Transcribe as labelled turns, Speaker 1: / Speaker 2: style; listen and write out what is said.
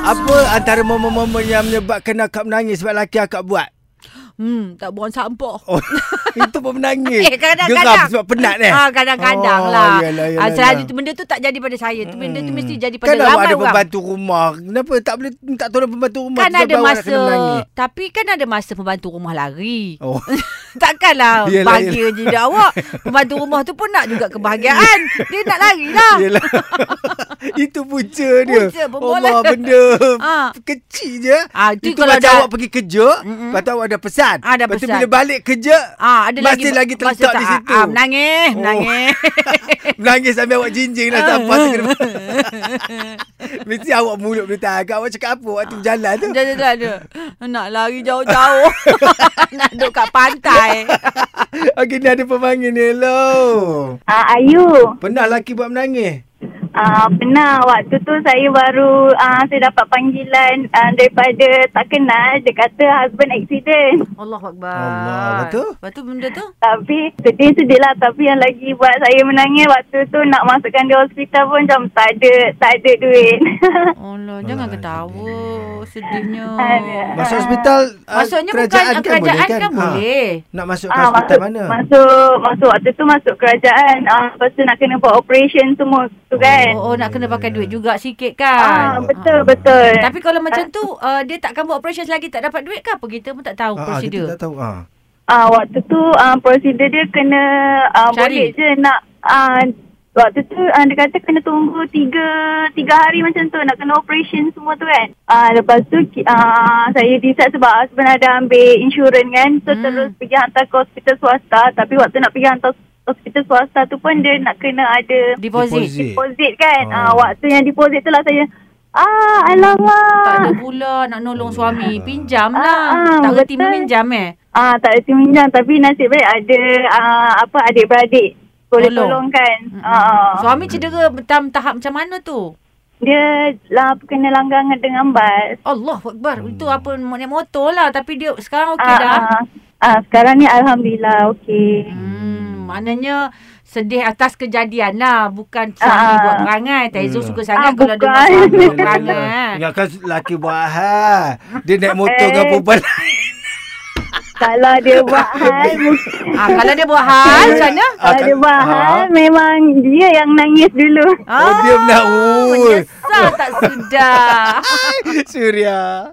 Speaker 1: Apa antara momen-momen yang menyebabkan akak menangis sebab laki akak buat?
Speaker 2: Hmm, tak buang sampah.
Speaker 1: Oh, itu pun menangis.
Speaker 2: Eh, kadang-kadang.
Speaker 1: Geram sebab penat eh.
Speaker 2: Ah, kadang-kadang
Speaker 1: Oh,
Speaker 2: lah.
Speaker 1: yalah, yalah,
Speaker 2: ah, selalu
Speaker 1: yalah.
Speaker 2: tu benda tu tak jadi pada saya. Tu benda tu mesti jadi pada
Speaker 1: Kan awak
Speaker 2: ramai
Speaker 1: ada
Speaker 2: orang.
Speaker 1: pembantu rumah. Kenapa tak boleh tak tolong pembantu rumah
Speaker 2: Kan
Speaker 1: tu
Speaker 2: ada
Speaker 1: sampai awak nak
Speaker 2: masa
Speaker 1: kena menangis?
Speaker 2: Tapi kan ada masa Pembantu rumah lari
Speaker 1: Oh.
Speaker 2: Takkanlah
Speaker 1: Yelah,
Speaker 2: Bahagia je dia awak Pembantu rumah tu pun Nak juga kebahagiaan Dia nak lari lah
Speaker 1: Yelah. itu punca dia.
Speaker 2: Punca, permohonan.
Speaker 1: Allah benda
Speaker 2: Ah.
Speaker 1: kecil je.
Speaker 2: Ah,
Speaker 1: itu
Speaker 2: itu
Speaker 1: itu
Speaker 2: kalau
Speaker 1: macam
Speaker 2: dah-
Speaker 1: awak pergi kerja,
Speaker 2: Mm-mm.
Speaker 1: lepas tu awak ada pesan.
Speaker 2: Ah, ada
Speaker 1: lepas tu
Speaker 2: pesan.
Speaker 1: bila balik kerja,
Speaker 2: Ah, ada
Speaker 1: masih lagi,
Speaker 2: masa
Speaker 1: terletak
Speaker 2: tak-
Speaker 1: di situ.
Speaker 2: Ah, menangis,
Speaker 1: Oh.
Speaker 2: menangis.
Speaker 1: Menangis sambil awak jinjing lah siapa
Speaker 2: Ah.
Speaker 1: tu kena. Mesti awak mulut berita agak awak cakap apa waktu berjalan tu.
Speaker 2: Dah, dah, dah, dah. lah Nak lari jauh-jauh. Nak duduk kat pantai.
Speaker 1: Okey ni ada pemanggil ni. Hello.
Speaker 3: Ah, Ayu,
Speaker 1: Pernah laki buat menangis?
Speaker 3: ah, pernah waktu tu saya baru ah, saya dapat panggilan ah, daripada tak kenal. Dia kata husband accident.
Speaker 2: Allah Akbar.
Speaker 1: Allah, betul?
Speaker 2: Lepas tu benda tu?
Speaker 3: Tapi sedih-sedih lah. Tapi yang lagi buat saya menangis waktu tu nak masukkan dia hospital pun macam tak ada, tak ada duit.
Speaker 2: Allah,
Speaker 1: lah,
Speaker 2: jangan ketawa. Sedihnya.
Speaker 3: Aduh.
Speaker 1: Masuk hospital ah,
Speaker 2: Maksudnya kerajaan bukan kerajaan kan boleh.
Speaker 1: Ah.
Speaker 2: Kan boleh.
Speaker 1: Nak masuk
Speaker 3: Ah,
Speaker 1: ke hospital mana?
Speaker 3: Masuk, masuk waktu tu masuk kerajaan. Ah, lepas tu nak kena buat operation semua tu kan.
Speaker 2: Oh, oh, nak kena pakai duit juga sikit kan.
Speaker 3: Ah,
Speaker 1: ya.
Speaker 3: betul, betul.
Speaker 2: Tapi kalau macam tu, uh, dia takkan buat operation lagi tak dapat duit ke apa? Kita pun tak
Speaker 1: Ah, ah,
Speaker 2: tahu
Speaker 1: kita
Speaker 2: prosedur.
Speaker 1: tak tahu. Ah.
Speaker 3: Ah waktu tu ah prosedur dia kena ah
Speaker 2: Cari.
Speaker 3: boleh je nak ah waktu tu ah, dia kata kena tunggu tiga tiga hari macam tu nak kena operation semua tu kan. Ah lepas tu ki- ah saya decide sebab sebenarnya ada ambil insurans kan. So
Speaker 2: Hmm.
Speaker 3: hmm. terus pergi hantar ke hospital swasta tapi waktu nak pergi hantar hospital swasta tu pun dia nak kena ada
Speaker 2: Deposit.
Speaker 3: deposit kan.
Speaker 1: Oh.
Speaker 3: Ah waktu yang deposit tu lah saya ah alamak.
Speaker 2: Tak ada pula nak
Speaker 1: Oh,
Speaker 2: nolong
Speaker 1: ya.
Speaker 2: suami. Pinjam
Speaker 3: Ah,
Speaker 2: lah.
Speaker 3: ah,
Speaker 2: Tak reti
Speaker 3: betul.
Speaker 2: meminjam eh.
Speaker 3: Ah tak ada timinjang tapi nasib baik ada ah, apa adik-beradik boleh
Speaker 2: Tolong.
Speaker 3: Tolong. tolongkan.
Speaker 2: Mm-mm.
Speaker 3: Ah.
Speaker 2: Suami cedera dalam tahap macam mana tu?
Speaker 3: dia lah kena langgangan dengan bas.
Speaker 2: Allah Akbar. Itu
Speaker 1: Hmm.
Speaker 2: apa naik motor lah tapi dia sekarang okey
Speaker 3: Ah,
Speaker 2: dah.
Speaker 3: ah. Ah sekarang ni alhamdulillah okey.
Speaker 2: Hmm, maknanya sedih atas kejadian lah bukan suami
Speaker 3: Ah.
Speaker 2: buat perangai. Tezo
Speaker 1: Hmm.
Speaker 2: suka sangat
Speaker 3: Ah,
Speaker 2: kalau dia buat
Speaker 3: bukan.
Speaker 2: suami buat perangai.
Speaker 1: Ingatkan lelaki buat hal. Dia naik motor dengan
Speaker 3: Eh.
Speaker 1: perempuan.
Speaker 3: Kalau dia buat hal mungkin
Speaker 2: Ah, kalau dia buat hal macam mana?
Speaker 1: Ah,
Speaker 3: kalau
Speaker 1: kan-
Speaker 3: dia buat
Speaker 1: ah.
Speaker 3: hal memang dia yang nangis dulu.
Speaker 2: Ah,
Speaker 1: Oh, dia benar. Ui.
Speaker 2: menyesal tak sedap.
Speaker 1: Suria.